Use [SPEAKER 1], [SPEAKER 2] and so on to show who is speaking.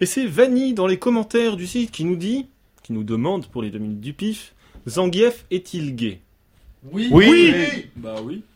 [SPEAKER 1] Et c'est Vanny dans les commentaires du site qui nous dit, qui nous demande pour les deux minutes du pif, Zangief est-il gay
[SPEAKER 2] Oui.
[SPEAKER 3] Oui.
[SPEAKER 2] Bah oui.